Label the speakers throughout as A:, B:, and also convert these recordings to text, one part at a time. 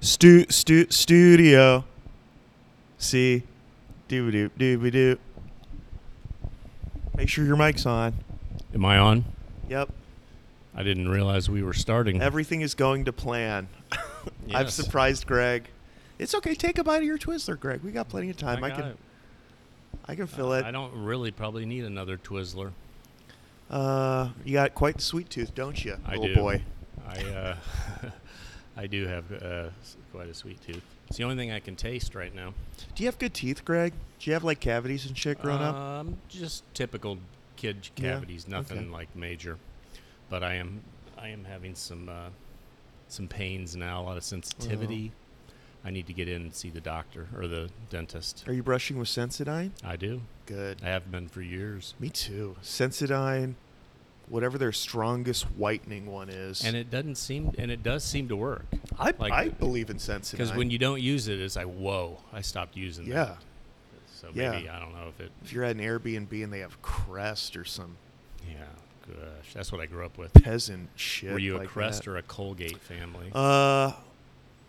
A: Stu, stu, studio. See, doo doo doo doo. Make sure your mic's on.
B: Am I on?
A: Yep,
B: I didn't realize we were starting.
A: everything is going to plan. I've
B: Yes.
A: surprised Greg. It's okay. Take a bite of your Twizzler, Greg. We got plenty of time. I,
B: got
A: can,
B: it. Uh,
A: I can fill it.
B: I don't really probably need another Twizzler.
A: Uh, you got quite the sweet tooth, don't you,
B: I
A: little
B: do.
A: Oh, boy?
B: I uh, I do have uh, s- quite a sweet tooth. It's the only thing I can taste right now.
A: Do you have good teeth, Greg? Do you have like cavities and shit growing up?
B: Um, just typical kid j-
A: Yeah,
B: cavities, nothing
A: okay.
B: like major. But I am I am having some uh, some pains now, a lot of sensitivity.
A: Oh.
B: I need to get in and see the doctor or the dentist.
A: Are you brushing with Sensodyne?
B: I do.
A: Good.
B: I have been for years.
A: Me too. Sensodyne, whatever their strongest whitening one is.
B: And it doesn't seem, and it does seem to work.
A: I,
B: like-
A: I believe in Sensodyne.
B: Because when you don't use it, it's like, whoa, I stopped using
A: yeah,
B: that. So
A: Yeah.
B: maybe, I don't know if it,
A: if you're at an Airbnb and they have Crest or some
B: yeah, gosh, that's what I grew up with.
A: peasant shit.
B: Were you a
A: like
B: Crest
A: that.
B: or a Colgate family?
A: Uh,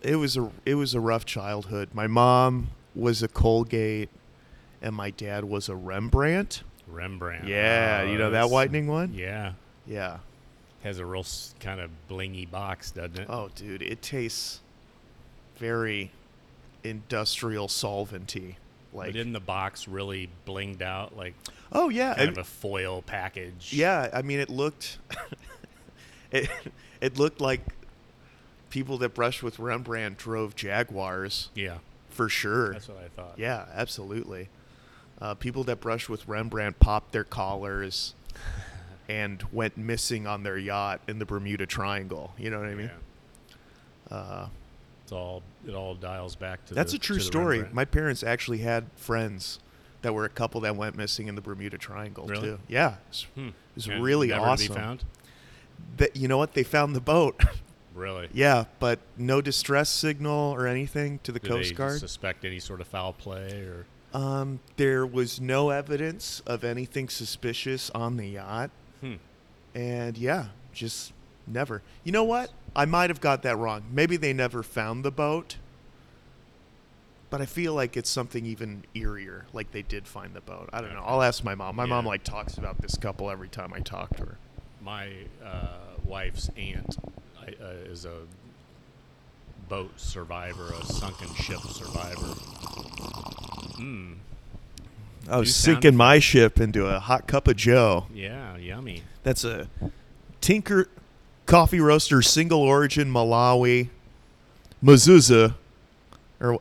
A: it was a it was a rough childhood. My mom was a Colgate, and my dad was a Rembrandt.
B: Rembrandt.
A: Yeah,
B: Oh,
A: you know that
B: that's-
A: whitening one.
B: Yeah.
A: Yeah.
B: Has a real s- kind of blingy box, doesn't it?
A: Oh, dude, it tastes very industrial solventy. Like,
B: but in the box really blinged out like
A: oh yeah,
B: kind
A: I-
B: of a foil package.
A: yeah. I mean, it looked, it, it looked like people that brushed with Rembrandt drove Jaguars
B: Yeah.
A: for sure.
B: That's what I thought.
A: Yeah, absolutely. Uh, people that brushed with Rembrandt popped their collars and went missing on their yacht in the Bermuda Triangle. You know what I mean?
B: Yeah.
A: Uh,
B: It's all it all dials back to
A: That's
B: the-
A: a true
B: to the
A: story.
B: Rembrandt.
A: My parents actually had friends that were a couple that went missing in the Bermuda Triangle
B: Really?
A: too. Yeah, it's,
B: Hmm.
A: it's
B: And
A: really
B: never
A: awesome.
B: To be found?
A: That you know what they found the boat.
B: Really?
A: yeah, but no distress signal or anything to the
B: Do
A: Coast
B: they
A: Guard.
B: suspect any sort of foul play or
A: Um, there was no evidence of anything suspicious on the yacht,
B: hmm.
A: and yeah, just never. You know what? I might have got that wrong. Maybe they never found the boat. But I feel like it's something even eerier, like they did find the boat. I don't know.
B: Okay.
A: I'll ask my mom. My mom
B: Yeah.
A: like talks about this couple every time I talk to her.
B: my uh, wife's aunt I- uh, is a boat survivor, a sunken ship survivor. Hmm.
A: I was
B: sound
A: sinking my ship into a hot cup of Joe.
B: Yeah, yummy.
A: That's a Tinker Coffee Roaster Single Origin Malawi Mezuzah. Or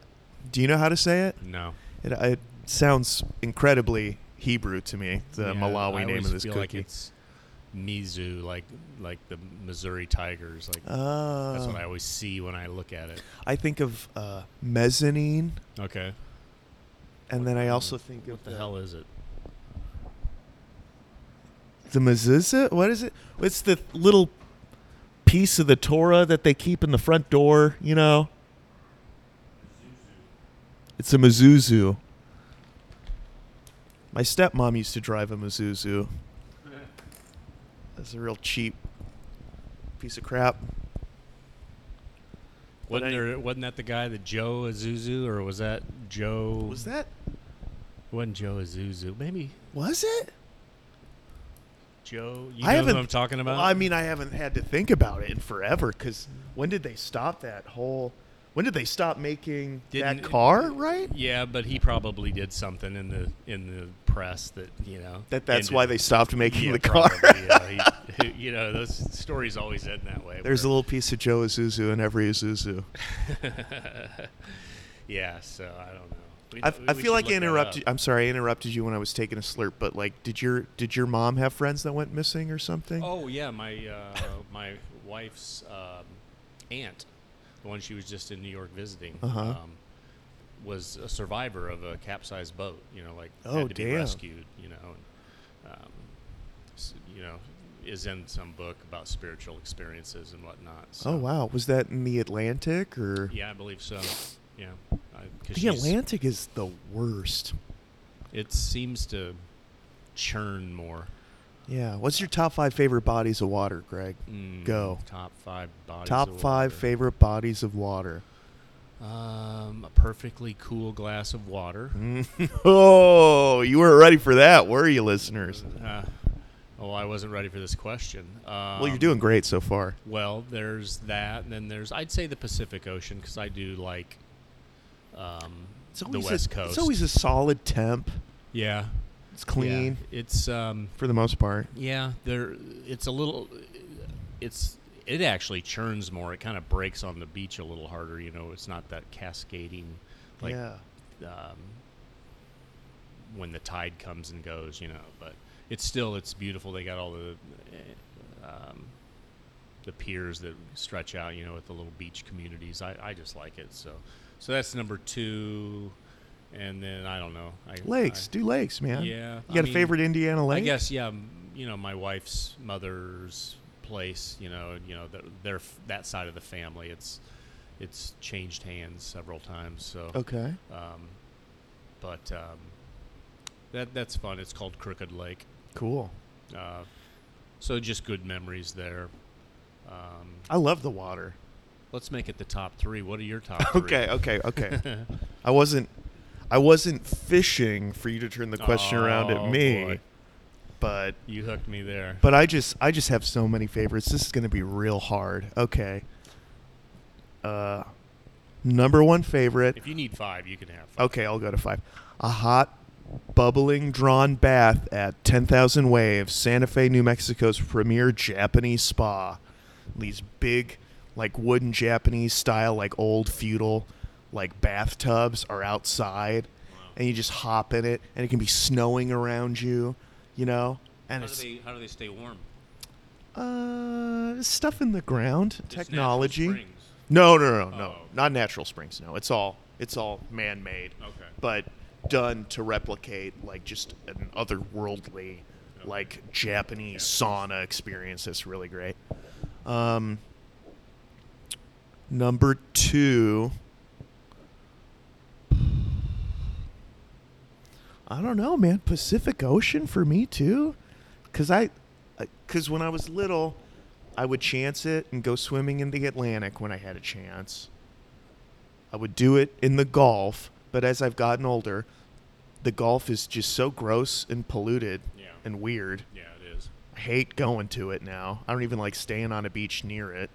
A: do you know how to say it?
B: No.
A: It, it sounds incredibly Hebrew to me. The
B: Yeah,
A: Malawi
B: I
A: name
B: always
A: of this
B: feel
A: cookie.
B: like it's Mizu, like like the Missouri Tigers. Like
A: oh,
B: that's what I always see when I look at it.
A: I think of uh, mezzanine,
B: Okay.
A: and then I also think of
B: What the hell is it?
A: the mezuzah. What is it? It's the little piece of the Torah that they keep in the front door. You know, it's a mezuzah. My stepmom used to drive a mezuzah. That's a real cheap piece of crap.
B: Wasn't,
A: I-
B: there, wasn't that the guy that Joe Azuzu, or was that Joe?
A: Was that?
B: Wasn't Joe Azuzu? Maybe
A: Was it?
B: Joe. You
A: I
B: know
A: haven't.
B: who I'm talking about?
A: Well, I mean, I haven't had to think about it in forever. Because when did they stop that whole? When did they stop making
B: Didn't-
A: that car? Right.
B: Yeah, but he probably did something in the in the press that you know
A: That that's why they stopped making
B: ended-
A: the
B: yeah,
A: car.
B: probably, yeah. He- you know, those stories always end that way.
A: There's a
B: where-
A: little piece of Joe Azuzu in every Azuzu.
B: yeah. So I don't know. We-
A: I, I
B: we
A: feel
B: should
A: like I
B: look that
A: interrupted.
B: up.
A: I'm sorry, I interrupted you when I was taking a slurp. But like, did your did your mom have friends that went missing or something?
B: Oh yeah, my uh, my wife's um, aunt, the one she was just in New York visiting.
A: Uh-huh.
B: Um, was a survivor of a capsized boat, you know, like
A: Oh,
B: had to be
A: damn.
B: rescued, you know, and, um, s- you know, is in some book about spiritual experiences and whatnot. So,
A: Oh, wow, was that in the Atlantic or?
B: Yeah, I believe so. Yeah, I, 'cause
A: The
B: she's-
A: Atlantic is the worst.
B: It seems to churn more.
A: Yeah. What's your top five favorite bodies of water, Greg?
B: Mm,
A: Go.
B: top five bodies.
A: Top
B: of
A: five
B: water.
A: favorite bodies of water.
B: Um, a perfectly cool glass of water.
A: Hmm. oh, you weren't ready for that, were you, listeners?
B: Uh, oh, I wasn't ready for this question. Um,
A: Well, you're doing great so far.
B: Well, there's that, and then there's I'd say the Pacific Ocean because I do like um,
A: It's
B: the
A: always
B: West
A: a,
B: Coast.
A: It's always a solid temp.
B: yeah,
A: It's clean
B: Yeah. It's um,
A: for the most part.
B: yeah, there. It's a little. It's it actually churns more. It kind of breaks on the beach a little harder. You know, it's not that cascading, like
A: yeah.
B: um, when the tide comes and goes, you know. But it's still it's beautiful. They got all the eh, um, the piers that stretch out, you know, with the little beach communities. I, I just like it. So so that's number two, and then I don't know. I,
A: Lakes,
B: I-
A: do lakes, man.
B: Yeah,
A: You
B: I
A: got a
B: mean,
A: favorite Indiana lake?
B: I guess yeah. m- You know, my wife's mother's place. You know, you know th their f- that side of the family. It's it's changed hands several times. So
A: Okay.
B: um, but um, that that's fun. It's called Crooked Lake.
A: Cool.
B: Uh, so just good memories there. Um,
A: I love the water.
B: let's make it the top three. What are your top three?
A: Okay, okay, okay. I wasn't I wasn't fishing for you to turn the question around
B: Oh,
A: at me.
B: boy.
A: But
B: You hooked me there.
A: but I just I just have so many favorites. This is going to be real hard. Okay. Uh number 1 favorite.
B: if you need five, you can have five.
A: Okay, I'll go to 5. A hot bubbling drawn bath at 10,000 Waves, Santa Fe, New Mexico's premier Japanese spa. These big like wooden Japanese style like old feudal like bathtubs are outside and you just hop in it and it can be snowing around you, you know? And
C: How do
A: it's
C: they how do they stay warm?
A: uh, stuff in the ground,
C: It's natural
A: technology.
C: springs.
A: No, no, no, no,
C: Oh.
A: not natural springs. No, it's all it's all man-made,
C: Okay.
A: but done to replicate like just an otherworldly, like Japanese sauna experience. That's really great. Um, number two. I don't know, man. Pacific Ocean for me too, because I, because when I was little, I would chance it and go swimming in the Atlantic when I had a chance. I would do it in the Gulf, but as I've gotten older, the Gulf is just so gross and polluted
B: Yeah.
A: and weird.
B: Yeah, it is.
A: I hate going to it now. I don't even like staying on a beach near it.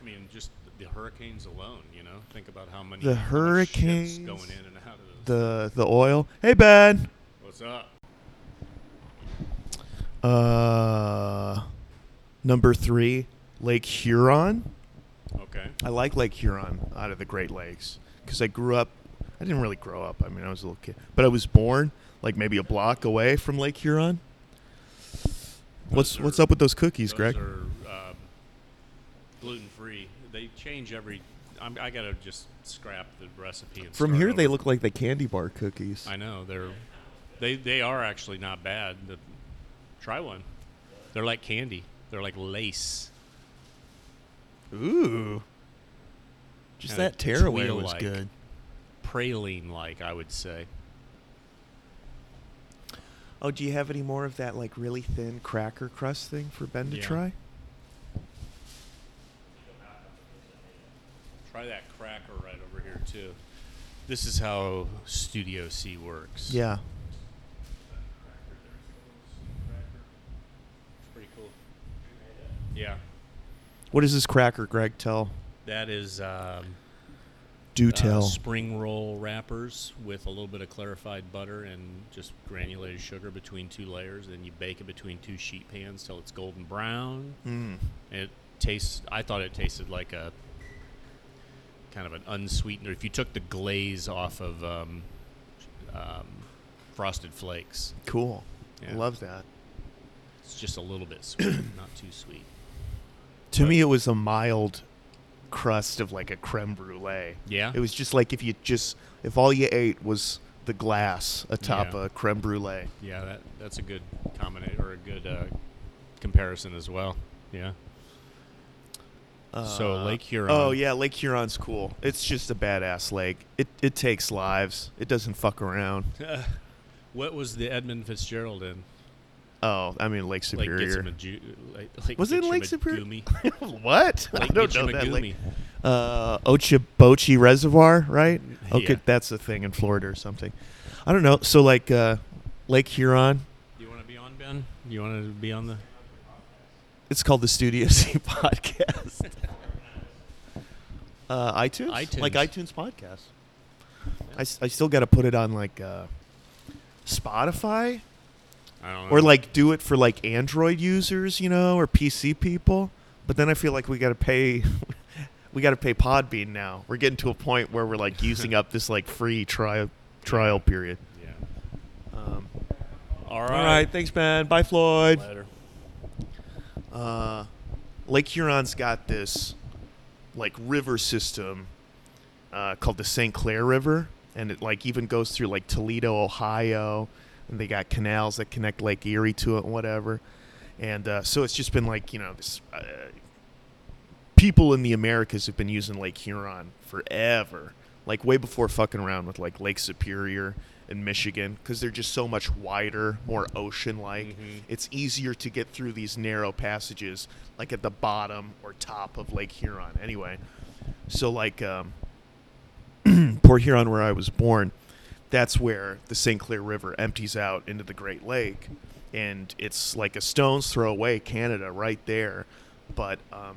B: I mean, just the hurricanes alone. You know, think about how many
A: The
B: how much shit's
A: hurricanes,
B: going in and out of those.
A: The the oil. Hey Ben.
B: What's up?
A: Uh, number three, Lake Huron.
B: Okay.
A: I like Lake Huron out of the Great Lakes because I grew up. I didn't really grow up. I mean, I was a little kid, but I was born like maybe a block away from Lake Huron. What's
B: Those are-
A: what's up with those cookies,
B: Those
A: Greg?
B: are um, gluten free. They change every. I'm, I gotta just scrap the recipe. And
A: From
B: start
A: here, they
B: over.
A: look like the candy bar cookies.
B: I know they're. They they are actually not bad. The, try one. They're like candy. They're like lace.
A: Ooh, just
B: Kinda
A: that tearaway was
B: teal-like.
A: good.
B: Praline like I would say.
A: Oh, do you have any more of that like really thin cracker crust thing for Ben to
B: Yeah.
A: try?
B: Try that cracker right over here too. This is how Studio C works.
A: Yeah.
B: Pretty cool. Yeah.
A: What is this cracker, Greg? Tell.
B: That is. Um,
A: Do
B: uh,
A: tell.
B: spring roll wrappers with a little bit of clarified butter and just granulated sugar between two layers. Then you bake it between two sheet pans till it's golden brown.
A: Mm.
B: And it tastes. I thought it tasted like a kind of an unsweetened. If you took the glaze off of um, um, frosted flakes,
A: Cool.
B: Yeah.
A: Love that.
B: it's just a little bit sweet, not too sweet.
A: To
B: But-
A: me, it was a mild crust of like a creme brulee.
B: Yeah?
A: It was just like if you just, if all you ate was the glass atop
B: Yeah.
A: a creme brulee.
B: Yeah, that that's a good combination or a good uh, comparison as well. Yeah. So,
A: Uh,
B: Lake Huron.
A: Oh, yeah. Lake Huron's cool. It's just a badass lake. It, it takes lives, it doesn't fuck around.
B: What was the Edmund Fitzgerald in?
A: Oh, I mean, Lake
B: Like,
A: Superior.
B: Gitsima Ju- like, like
A: was it in Lake
B: Gitsima
A: Superior?
B: Gumi?
A: what? I
B: Like
A: don't know that
B: Gitsima
A: lake.
B: Gumi.
A: uh, Ochibochi Reservoir, right?
B: Yeah.
A: Okay, that's a thing in Florida or something. I don't know. So like uh, Lake Huron,
B: You want to be on, Ben? You want to be on the?
A: it's called the Studio C podcast. uh, iTunes?
B: iTunes.
A: like iTunes podcast. I, s- I still got to put it on like uh, Spotify
B: I don't know.
A: or like do it for like Android users, you know, or PC people. But then I feel like we got to pay. We got to pay Podbean now. We're getting to a point where we're like using up this like free trial trial period.
B: Yeah.
A: Um,
B: All
A: all right, thanks, man. Bye, Floyd.
B: Later.
A: uh, Lake Huron's got this like river system uh, called the St. Clair River, and it like even goes through like Toledo, Ohio, and they got canals that connect Lake Erie to it and whatever. And uh, so it's just been like you know this. Uh, people in the Americas have been using Lake Huron forever, like way before fucking around with like Lake Superior and Michigan, because they're just so much wider, more ocean-like.
B: Mhm.
A: It's easier to get through these narrow passages, like at the bottom or top of Lake Huron. Anyway, so like um, Port Huron, where I was born, that's where the St. Clair River empties out into the Great Lake, and it's like a stone's throw away, Canada, right there. But um,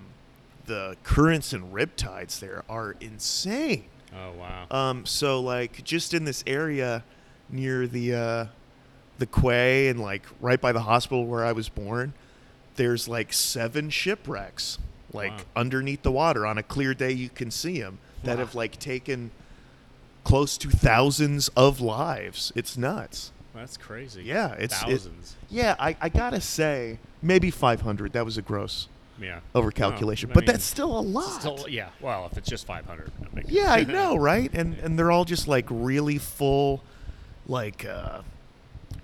A: the currents and rip tides there are insane.
B: Oh wow.
A: Um, so like just in this area near the uh, the quay and like right by the hospital where I was born, there's like seven shipwrecks like
B: Wow.
A: underneath the water on a clear day you can see them that
B: Wow.
A: have like taken close to thousands of lives. It's nuts.
B: That's crazy.
A: Yeah, it's it-
B: thousands.
A: yeah, I, I gotta say maybe 500. That was a gross
B: yeah.
A: overcalculation,
B: Oh, I
A: but
B: mean,
A: that's still a lot.
B: still- yeah. Well, if it's just five hundred.
A: Yeah, I know, right? And and they're all just like really full, like uh,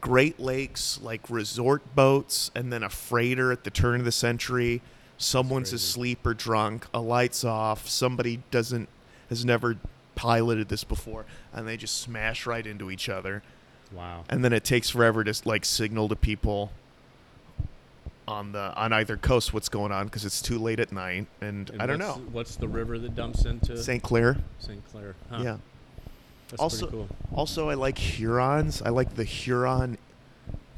A: Great Lakes, like resort boats, and then a freighter at the turn of the century. Someone's
B: crazy.
A: asleep or drunk, a light's off, somebody doesn't has never piloted this before, and they just smash right into each other.
B: Wow.
A: And then it takes forever to like signal to people on the on either coast what's going on because it's too late at night. And,
B: And
A: I don't
B: what's-
A: know,
B: What's the river that dumps into
A: St. Clair,
B: St. Clair? Huh.
A: yeah.
B: That's
A: also,
B: pretty cool.
A: also I like Hurons. I like the Huron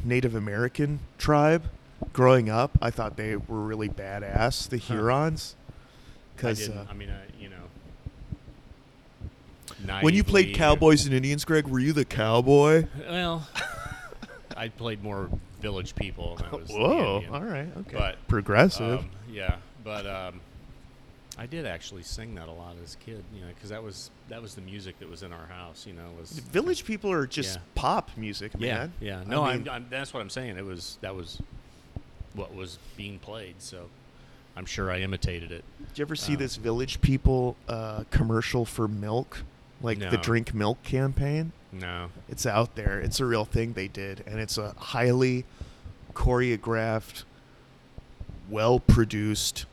A: Native American tribe. Growing up, I thought they were really badass, the
B: Huh.
A: Hurons,
B: I,
A: because
B: didn't-
A: uh,
B: I mean, I, you know.
A: when you played
B: naively-
A: cowboys and Indians, Greg, were you the cowboy?
B: well, I played more village people. Than I was the
A: Whoa!
B: Indian.
A: All right, okay.
B: But,
A: Progressive.
B: Um, yeah, but um, I did actually sing that a lot as a kid, you know, because that was that was the music that was in our house, you know. Was
A: Village people are just
B: yeah.
A: pop music,
B: yeah,
A: man.
B: yeah. No,
A: I mean,
B: I'm, I'm. That's what I'm saying. It was that was what was being played. So I'm sure I imitated it.
A: Did you ever see
B: um,
A: this Village People uh, commercial for milk, like the
B: No.
A: drink milk campaign?
B: No,
A: It's out there. It's a real thing they did, and it's a highly choreographed, well-produced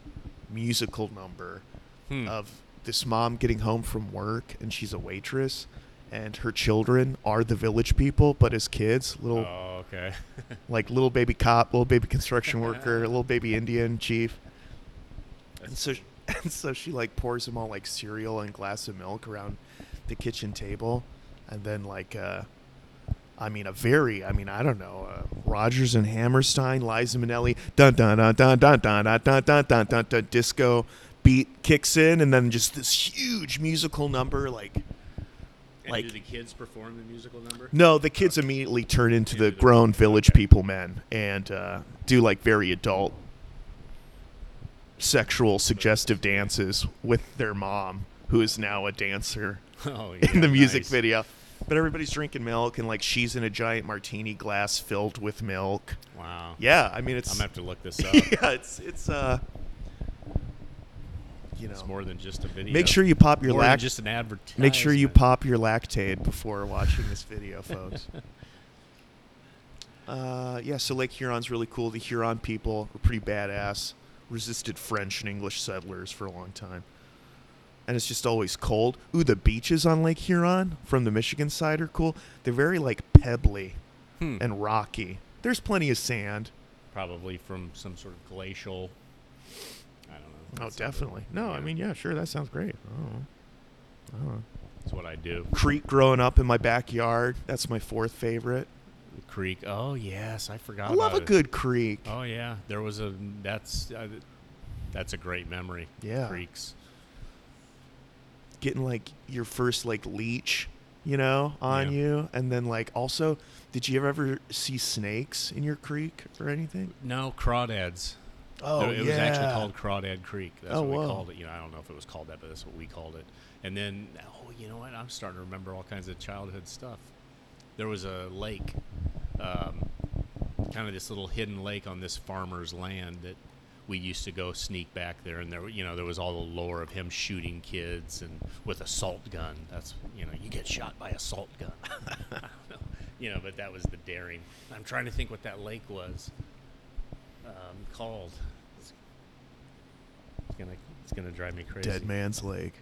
A: musical number
B: Hmm.
A: of this mom getting home from work, and she's a waitress, and her children are the village people, but as kids, little
B: Oh, okay.
A: like little baby cop, little baby construction worker, little baby Indian chief. And so, sh- and so she like pours them all like cereal and glass of milk around the kitchen table, and then like, uh, I mean, a very, I mean, I don't know, uh, Rogers and Hammerstein, Liza Minnelli, dun dun dun dun dun dun dun dun dun dun dun dun disco beat kicks in, and then just this huge musical number like.
B: And
A: Like-
B: do the kids perform the musical number?
A: No, the kids immediately turn into the
B: Into the-
A: grown village
B: okay.
A: people men and uh, do like very adult sexual suggestive dances with their mom, who is now a dancer
B: Oh, yeah,
A: in the music
B: nice.
A: video. But everybody's drinking milk and like she's in a giant martini glass filled with milk.
B: Wow.
A: Yeah, I mean
B: I'm
A: it's
B: gonna have to look this up.
A: yeah, it's it's uh you know
B: It's more than just a video.
A: make sure you pop your
B: More than
A: lact
B: just an advertisement.
A: make sure you pop your lactate before watching this video, folks. Uh, yeah, so Lake Huron's really cool. The Huron people were pretty badass. Resisted French and English settlers for a long time. And it's just always cold. Ooh, the beaches on Lake Huron from the Michigan side are cool. They're very like pebbly
B: Hmm.
A: and rocky. There's plenty of sand.
B: Probably from some sort of glacial. I don't know.
A: Oh,
B: That's something,
A: definitely. No, I
B: yeah.
A: mean, yeah, sure, that sounds great. Oh, oh.
B: That's what I do.
A: Creek growing up in my backyard. That's my fourth favorite.
B: The creek. Oh yes, I forgot.
A: I love a
B: about it.
A: good creek.
B: Oh yeah, there was a. That's uh, that's a great memory.
A: Yeah.
B: Creeks.
A: Getting like your first like leech, you know, on
B: Yeah.
A: you, and then like also, did you ever ever see snakes in your creek or anything?
B: No crawdads.
A: Oh
B: No, it was actually called Crawdad Creek. That's
A: Oh,
B: what we
A: whoa.
B: called it. You know, I don't know if it was called that, but that's what we called it. And then, oh, you know what? I'm starting to remember all kinds of childhood stuff. There was a lake, um, kind of this little hidden lake on this farmer's land that we used to go sneak back there. And there, were- you know, there was all the lore of him shooting kids and with a salt gun. That's you know, you get shot by a salt gun. I don't know. You know, but that was the daring. I'm trying to think what that lake was um, called. It's gonna, it's gonna drive me crazy.
A: Dead Man's Lake.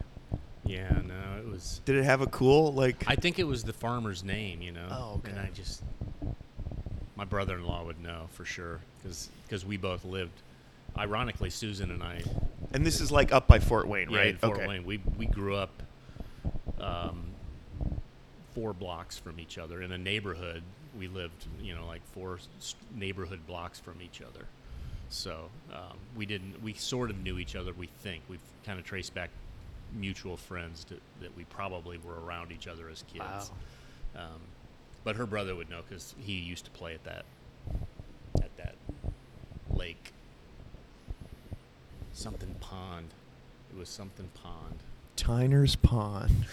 B: Yeah, no, it was.
A: Did it have a cool like?
B: I think it was the farmer's name, you know.
A: Oh, okay.
B: And I just, my brother-in-law would know for sure because we both lived. Ironically, Susan and I,
A: and this is like up by Fort Wayne,
B: yeah,
A: right?
B: in Fort
A: okay.
B: Wayne, we we grew up, um, four blocks from each other in a neighborhood. We lived, you know, like four s- neighborhood blocks from each other. So um, we didn't. We sort of knew each other. We think we've kind of traced back mutual friends to, that we probably were around each other as kids.
A: Wow.
B: Um, but her brother would know because he used to play at that at that lake. Something pond. It was something pond.
A: Tyner's Pond.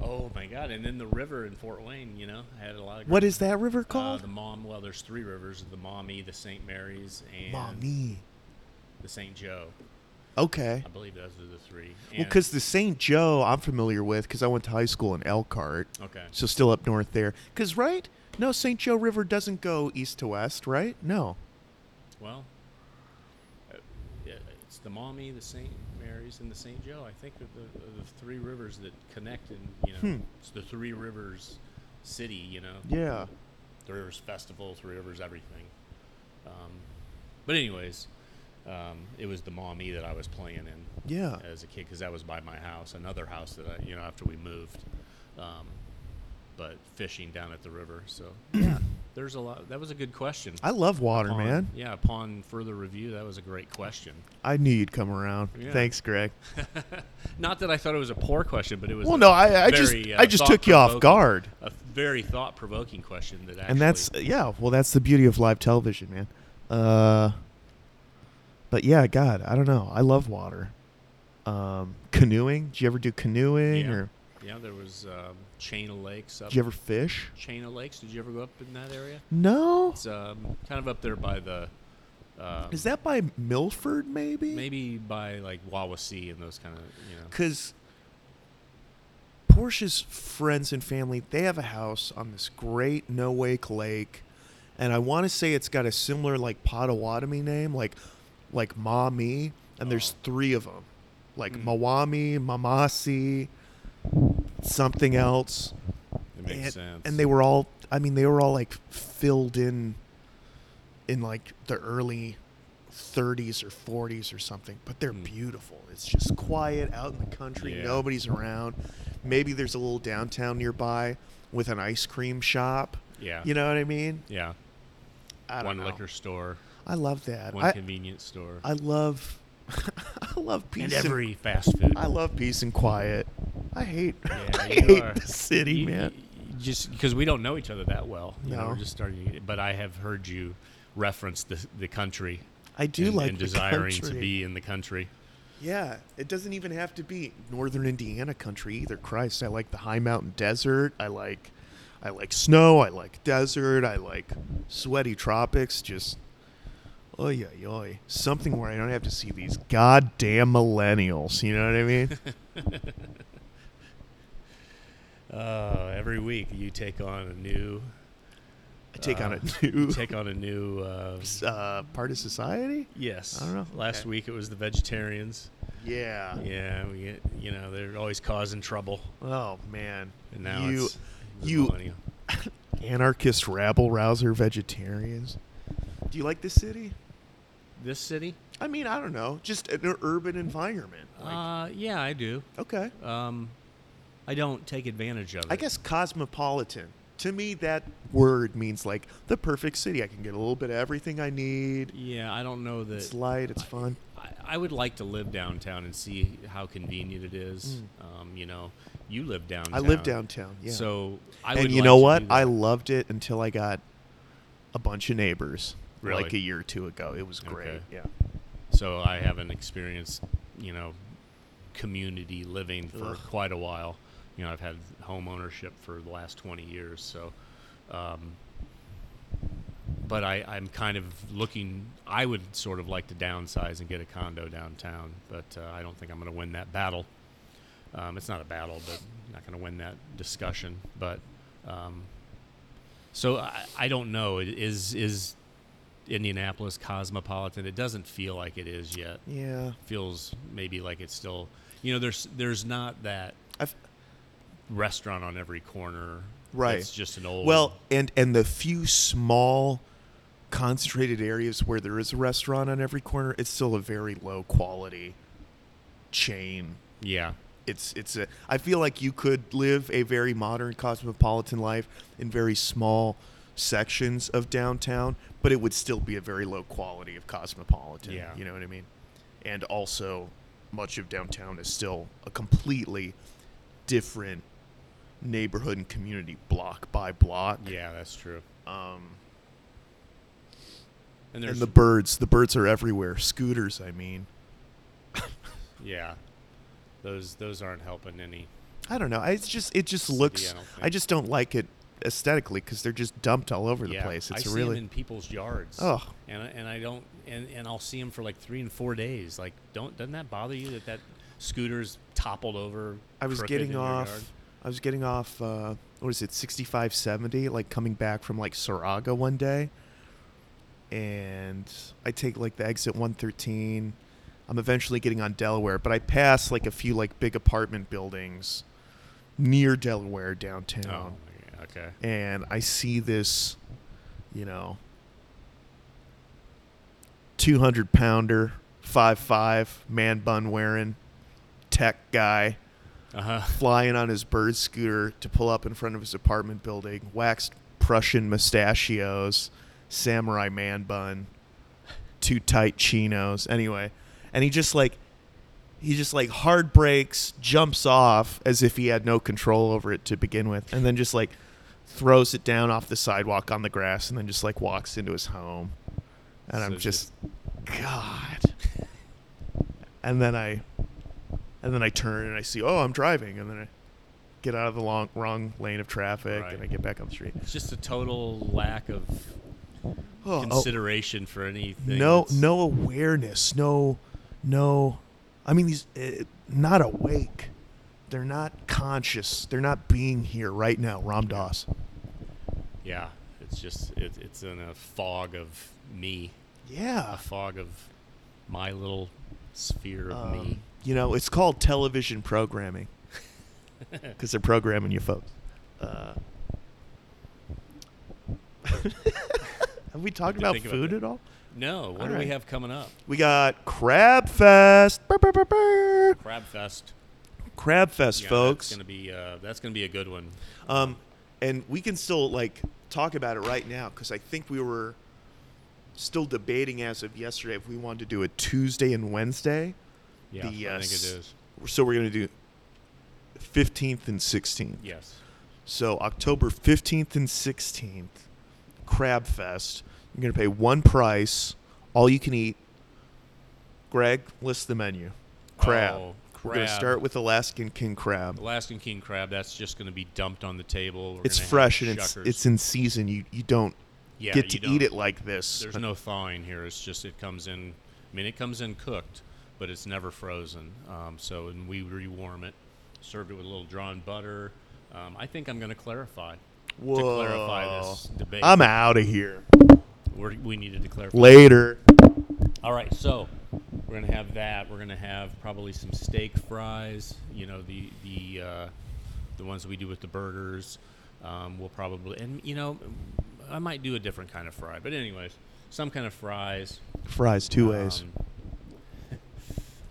B: Oh my God! And then the river in Fort Wayne. You know, had a lot of.
A: What
B: great-
A: is that river
B: uh,
A: called?
B: the Mom? Well, there's three rivers: the Maumee, the St. Mary's, and
A: Mommy.
B: the St. Joe.
A: Okay.
B: I believe those are the three.
A: Well,
B: And-
A: because the St. Joe I'm familiar with because I went to high school in Elkhart,
B: okay,
A: so still up north there. Because right, no, St. Joe River doesn't go east to west, right? No.
B: well, uh, yeah, it's the Maumee, the St. Mary's, and the St. Joe. I think are the, are the three rivers that connect, and you know,
A: Hmm.
B: it's the Three Rivers city. You know,
A: Yeah.
B: Three Rivers Festival, Three Rivers everything. Um, but anyways, um, it was the Maumee that I was playing in.
A: Yeah.
B: as a kid because that was by my house, another house that I, you know, after we moved. Um, but fishing down at the river, so yeah, there's a lot. That was a good question.
A: I love water,
B: Upon-
A: man.
B: Yeah, upon further review, that was a great question.
A: I knew you'd come around.
B: Yeah.
A: Thanks, Greg.
B: Not that I thought it was a poor question, but it was.
A: Well,
B: a
A: no, I, I just
B: very, uh,
A: I just took you off
B: thought-provoking-
A: guard,
B: A very thought-provoking question that actually.
A: and that's yeah. Well, that's the beauty of live television, man. Uh, but yeah, God, I don't know. I love water. Um, canoeing. Did you ever do canoeing,
B: Yeah.
A: or
B: yeah. There was um, Chain of Lakes up.
A: did you ever fish?
B: Chain of Lakes? Did you ever go up in that area?
A: No.
B: It's um, kind of up there by the. Um,
A: Is that by Milford, maybe?
B: maybe by like Wawasee and those kind of you know.
A: Because Porsche's friends and family, they have a house on this great No Wake Lake. And I want to say it's got a similar, like, Potawatomi name, like, like Mommy. And there's
B: Oh.
A: three of them. Like,
B: Mm.
A: Mawami, Mamasi, something else.
B: It makes
A: and,
B: sense.
A: And they were all, I mean, they were all, like, filled in, in, like, the early 30s or 40s or something, but they're
B: Mm.
A: beautiful. It's just quiet out in the country.
B: Yeah.
A: Nobody's around. Maybe there's a little downtown nearby with an ice cream shop.
B: yeah
A: You know what I mean?
B: yeah
A: I don't
B: one
A: know.
B: liquor store,
A: I love that.
B: one
A: I,
B: convenience store,
A: I love I love peace
B: and
A: and,
B: every fast food.
A: I love peace and quiet. I hate
B: Yeah,
A: I
B: you
A: hate
B: are.
A: the city,
B: You-
A: man.
B: you- just because we don't know each other that well, you know,
A: No.
B: we're just starting. To get, but I have heard you reference the the country.
A: I do
B: and,
A: like
B: and
A: the
B: desiring to
A: country.
B: be in the country.
A: Yeah, it doesn't even have to be northern Indiana country either. Christ, I like the high mountain desert. I like I like snow, I like desert, I like sweaty tropics, just oy oy oy. Something where I don't have to see these goddamn millennials, you know what I mean?
B: Uh, every week you take on a new
A: I take on
B: uh,
A: a new
B: you take on a new uh,
A: uh, part of society?
B: yes.
A: I don't know.
B: Last
A: Okay.
B: week it was the vegetarians.
A: Yeah.
B: Yeah, we get, you know they're always causing trouble.
A: Oh man.
B: And now
A: you
B: it's the
A: you-
B: millennial.
A: anarchist rabble rouser vegetarians. Do you like this city?
B: this city?
A: I mean, I don't know, just an ur- urban environment. Like,
B: uh, yeah, I do.
A: okay,
B: Um, I don't take advantage of it.
A: I guess cosmopolitan. To me, that word means like the perfect city. I can get a little bit of everything I need.
B: Yeah, I don't know that.
A: It's light. It's fun.
B: I, I would like to live downtown and see how convenient it is. Um, you know, you live downtown.
A: Mm. I live downtown. Yeah.
B: So I would
A: and you
B: like
A: know
B: to
A: what?
B: do that.
A: I loved it until I got a bunch of neighbors
B: Really?
A: like a year or two ago. It was great.
B: Okay.
A: Yeah.
B: so I haven't experienced, you know, community living for
A: Ugh.
B: quite a while. You know, I've had home ownership for the last 20 years, so. Um, but I, I'm kind of looking. I would sort of like to downsize and get a condo downtown, but uh, I don't think I'm going to win that battle. Um, it's not a battle, but I'm not going to win that discussion. But um, so I, I don't know. It Is is Indianapolis cosmopolitan? It doesn't feel like it is yet.
A: Yeah.
B: feels maybe like it's still. You know, there's there's not that
A: I've,
B: restaurant on every corner.
A: Right.
B: It's just an old.
A: well, and and the few small concentrated areas where there is a restaurant on every corner, it's still a very low quality chain.
B: yeah.
A: It's it's a I feel like you could live a very modern cosmopolitan life in very small sections of downtown, but it would still be a very low quality of cosmopolitan.
B: Yeah.
A: You know what I mean? And also much of downtown is still a completely different neighborhood and community block by block.
B: Yeah, that's true.
A: Um
B: And
A: and
B: there's
A: the birds, the birds are everywhere. Scooters, I mean.
B: yeah, those those aren't helping any.
A: I don't know. I- It's just it just
B: City,
A: looks.
B: I don't think.
A: I, just don't like it aesthetically because they're just dumped all over the
B: yeah,
A: place.
B: I
A: It's
B: see 'em
A: really
B: in people's yards.
A: Oh.
B: and I- and I don't and, and I'll see them for like three and four days. Like, don't doesn't that bother you that that scooter's toppled over?
A: I was
B: crooked in
A: getting
B: your
A: off.
B: yard?
A: I was getting off. Uh, what is it? Sixty-five, seventy. Like coming back from like Saraga one day, and I take like the exit one thirteen. I'm eventually getting on Delaware, but I pass like a few like big apartment buildings near Delaware downtown,
B: Oh, yeah, okay.
A: and I see this, you know, two hundred pounder, five five, man bun wearing, tech guy
B: Uh huh.
A: flying on his bird scooter to pull up in front of his apartment building, waxed Prussian mustachios, samurai man bun, too tight chinos. Anyway, and he just like he just like hard brakes, jumps off as if he had no control over it to begin with, and then just like throws it down off the sidewalk on the grass, and then just like walks into his home. And I'm
B: So
A: just, God. And then I, and then I turn and I see, oh, I'm driving, and then I get out of the long wrong lane of traffic,
B: Right.
A: and I get back on the street.
B: It's just a total lack of
A: Oh, oh,
B: consideration for anything.
A: no,
B: that's-
A: no awareness, no, no. I mean, these uh, not awake. They're not conscious. They're not being here right now. Ram Dass.
B: Yeah, it's just it, it's in a fog of me, a
A: Yeah.
B: fog of my little sphere of me.
A: Um, you know, it's called television programming because they're programming you folks. Uh, have we talked
B: to
A: about
B: think about
A: food
B: that.
A: at all?
B: No, what
A: all
B: do we
A: right.
B: have coming up?
A: We got Crab Fest. Brr, brr, brr, brr.
B: Crab Fest,
A: Crab Fest,
B: Yeah,
A: folks.
B: That's gonna be uh, that's gonna be a good one.
A: Um, and we can still like talk about it right now because I think we were still debating as of yesterday if we wanted to do a Tuesday and Wednesday.
B: Yeah,
A: the,
B: I
A: uh,
B: think it
A: s-
B: is.
A: So we're gonna do fifteenth and sixteenth.
B: Yes.
A: So October 15th and 16th, Crab Fest. You're going to pay one price, all you can eat. Greg, list the menu. Crab.
B: Oh,
A: We're going to
B: crab.
A: start with Alaskan king crab.
B: Alaskan king crab. That's just going to be dumped on the table. We're
A: It's
B: gonna have
A: fresh and it's
B: shuckers.
A: it's in season. You you don't
B: Yeah,
A: get to
B: you
A: eat
B: don't-
A: it like this.
B: There's no thawing here. It's just it comes in. I mean, it comes in cooked, but it's never frozen. Um, so and we rewarm it. Served it with a little drawn butter. Um, I think I'm going to clarify. To clarify this
A: Whoa.
B: debate,
A: I'm out of here.
B: We're, we needed to clarify.
A: Later.
B: All right, so we're gonna have that. We're gonna have probably some steak fries. You know the the uh, the ones we do with the burgers. Um, we'll probably and you know I might do a different kind of fry, but anyways, some kind of fries.
A: Fries two ways.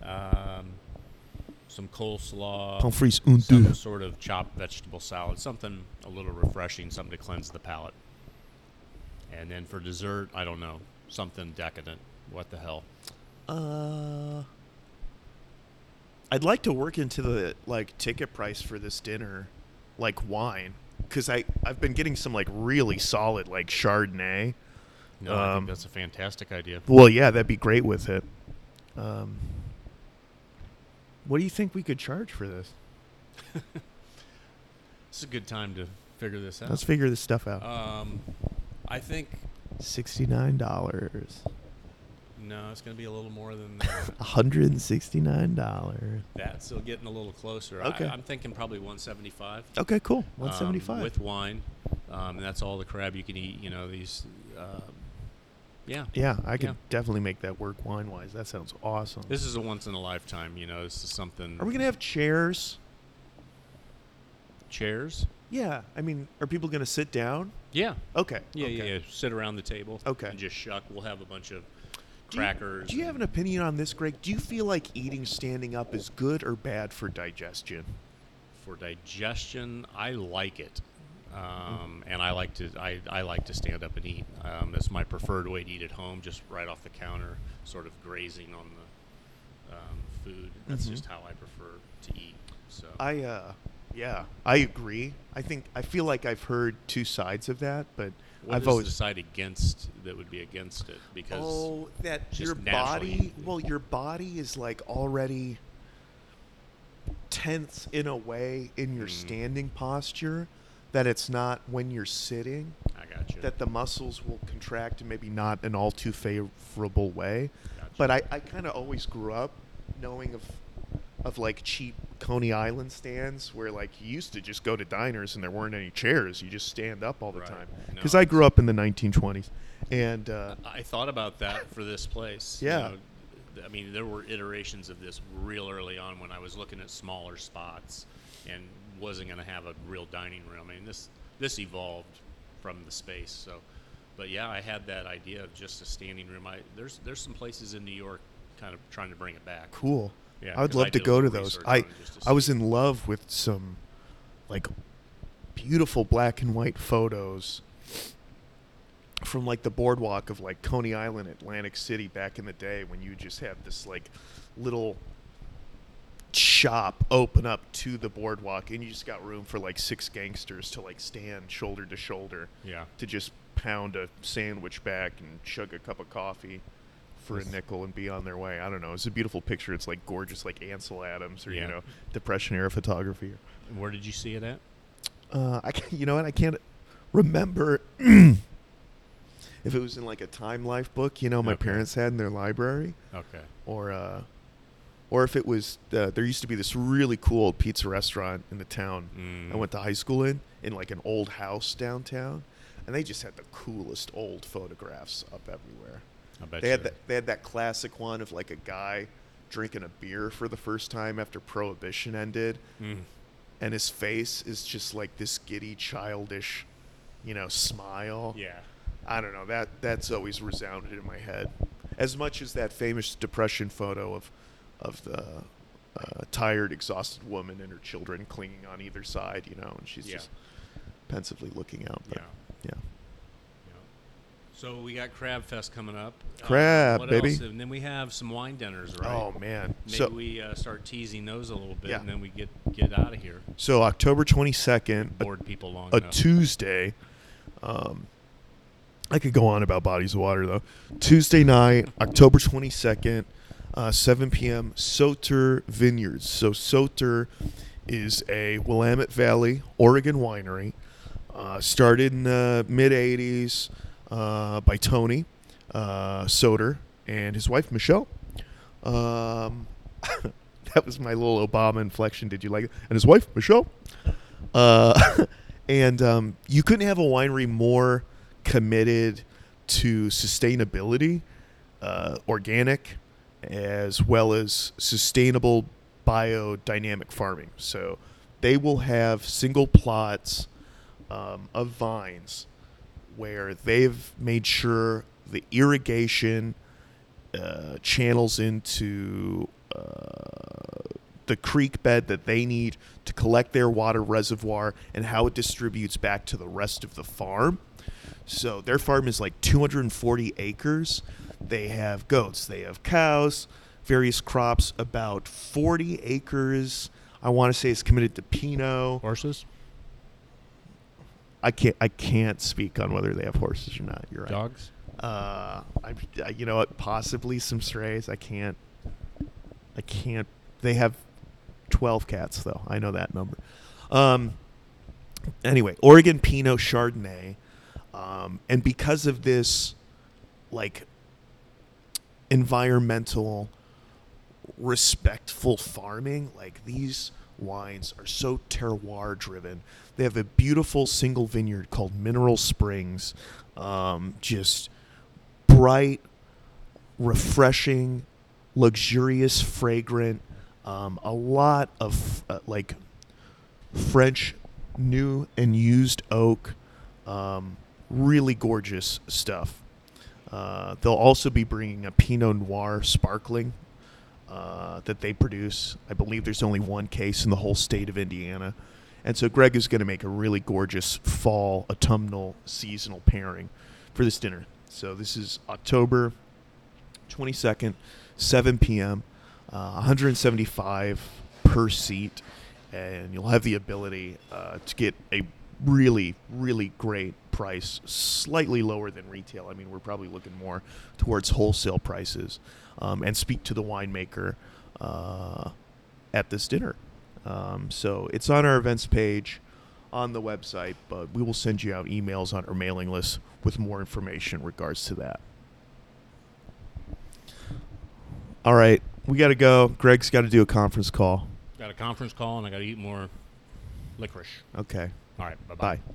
B: Um, um, some coleslaw.
A: Pomfries un
B: some
A: deux.
B: sort of chopped vegetable salad, something a little refreshing, something to cleanse the palate. And then for dessert, I don't know, something decadent. What the hell?
A: Uh, I'd like to work into the like ticket price for this dinner, like wine, because I I've been getting some like really solid like Chardonnay.
B: No, I
A: Um,
B: think that's a fantastic idea.
A: Well, yeah, that'd be great with it. Um, what do you think we could charge for this?
B: It's a good time to figure this out.
A: Let's figure this stuff out.
B: um, I think
A: Sixty nine dollars,
B: no, it's going to be a little more than that.
A: one hundred and sixty nine dollars.
B: that. So getting a little closer.
A: Okay.
B: I, I'm thinking probably 175.
A: Okay, cool. One
B: um,
A: seventy five.
B: with wine. Um, and that's all the crab you can eat. You know these. Uh, yeah.
A: yeah, I could
B: yeah.
A: definitely make that work wine wise. That sounds awesome.
B: This is a once in a lifetime. You know, this is something.
A: Are we gonna have chairs?
B: chairs?
A: Yeah, I mean, are people gonna sit down?
B: Yeah.
A: Okay.
B: Yeah,
A: okay.
B: yeah, yeah. Sit around the table.
A: Okay.
B: And just shuck. We'll have a bunch of
A: Do you-
B: crackers.
A: Do you, have
B: and-
A: an opinion on this, Greg? Do you feel like eating standing up is good or bad for digestion?
B: for digestion? I like it. Um, and I like to I, I like to stand up and eat. Um, that's my preferred way to eat at home, just right off the counter, sort of grazing on the um, food. That's
A: Mhm.
B: just how I prefer to eat. So
A: I uh yeah, I agree. I think I feel like I've heard two sides of that, but
B: what
A: I've
B: is
A: always
B: the side against that would be against it? Because
A: Oh, that
B: just
A: your
B: naturally-
A: body, well, your body is like already tense in a way in your
B: Mm.
A: standing posture that it's not when you're sitting
B: I got you.
A: that the muscles will contract in maybe not an all too favorable way.
B: Gotcha.
A: But I, I kind of always grew up knowing of of like cheap Coney Island stands where like you used to just go to diners and there weren't any chairs. You just stand up all the
B: Right.
A: time.
B: No,
A: Because I grew up in the 1920s, and uh,
B: I thought about that for this place. you
A: Yeah.
B: know. Th- I mean, there were iterations of this real early on when I was looking at smaller spots and wasn't going to have a real dining room. I mean, this this evolved from the space. So, but yeah, I had that idea of just a standing room. I there's there's some places in New York kind of trying to bring it back.
A: cool.
B: Yeah,
A: I would
B: 'cause I
A: love to
B: did a
A: go to
B: little
A: those.
B: research on
A: I
B: it just to
A: I was
B: see.
A: in love with some like beautiful black and white photos from like the boardwalk of like Coney Island, Atlantic City back in the day when you just have this like little shop open up to the boardwalk and you just got room for like six gangsters to like stand shoulder to shoulder
B: Yeah.
A: to just pound a sandwich back and chug a cup of coffee for a
B: Yes.
A: nickel and be on their way. I don't know. It's a beautiful picture. It's like gorgeous, like Ansel Adams or
B: Yeah.
A: you know, Depression era photography.
B: Where did you see it at?
A: Uh, I can't, you know what? I can't remember if it was in like a Time Life book. You know, my
B: Okay.
A: parents had in their library,
B: Okay.
A: or uh, or if it was uh, there used to be this really cool old pizza restaurant in the town
B: Mm.
A: I went to high school in, in like an old house downtown, and they just had the coolest old photographs up everywhere.
B: I bet
A: They
B: you-
A: had that, they had that classic one of like a guy drinking a beer for the first time after Prohibition ended,
B: Mm.
A: and his face is just like this giddy, childish, you know, smile.
B: Yeah.
A: I don't know that that's always resounded in my head, as much as that famous depression photo of, of the. uh, tired, exhausted woman and her children clinging on either side, you know, and she's
B: Yeah.
A: just pensively looking out. But
B: Yeah.
A: yeah.
B: Yep. So we got Crab Fest coming up. Uh,
A: Crab,
B: what
A: baby.
B: Else? And then we have some wine dinners, right?
A: Oh man.
B: Maybe
A: so
B: we uh, start teasing those a little bit,
A: Yeah.
B: and then we get get out of here.
A: so October twenty second, a,
B: Bored people long
A: a
B: enough.
A: Tuesday. Um, I could go on about bodies of water though. Tuesday night, October twenty second, uh, seven p.m. Soter Vineyards. So Soter is a Willamette Valley, Oregon winery. Uh, started in the mid '80s uh, by Tony uh, Soter and his wife Michelle. Um, that was my little Obama inflection. Did you like it? And his wife, Michelle. Uh, and um, you couldn't have a winery more committed to sustainability, uh, organic, as well as sustainable biodynamic farming. So they will have single plots um, of vines where they've made sure the irrigation uh, channels into uh, the creek bed that they need to collect their water reservoir and how it distributes back to the rest of the farm. So their farm is like 240 acres. They have goats, they have cows, various crops. About 40 acres, I want to say, is committed to Pinot.
B: Horses,
A: I can't, I can't speak on whether they have horses or not. You're right.
B: dogs.
A: Uh, I, I- you know what? Possibly some strays. I can't. I can't. They have twelve cats, though. I know that number. Um. Anyway, Oregon Pinot Chardonnay, um, and because of this, like environmental respectful farming. Like these wines are so terroir driven. They have a beautiful single vineyard called Mineral Springs. Um, just bright, refreshing, luxurious, fragrant. Um, a lot of uh, like French new and used oak. Um, really gorgeous stuff. Uh, they'll also be bringing a Pinot Noir sparkling uh, that they produce. I believe there's only one case in the whole state of Indiana. And so Greg is going to make a really gorgeous fall, autumnal, seasonal pairing for this dinner. So this is October 22nd, 7 p.m., uh, 175 per seat. And you'll have the ability uh, to get a really, really great price, slightly lower than retail. I mean, we're probably looking more towards wholesale prices um, and speak to the winemaker uh, at this dinner. Um, so it's on our events page on the website, but we will send you out emails on our mailing list with more information in regards to that. All right, we got to go. Greg's got to do a conference call.
B: Got a conference call, and I got to eat more licorice.
A: Okay,
B: All right, bye-bye.
A: bye.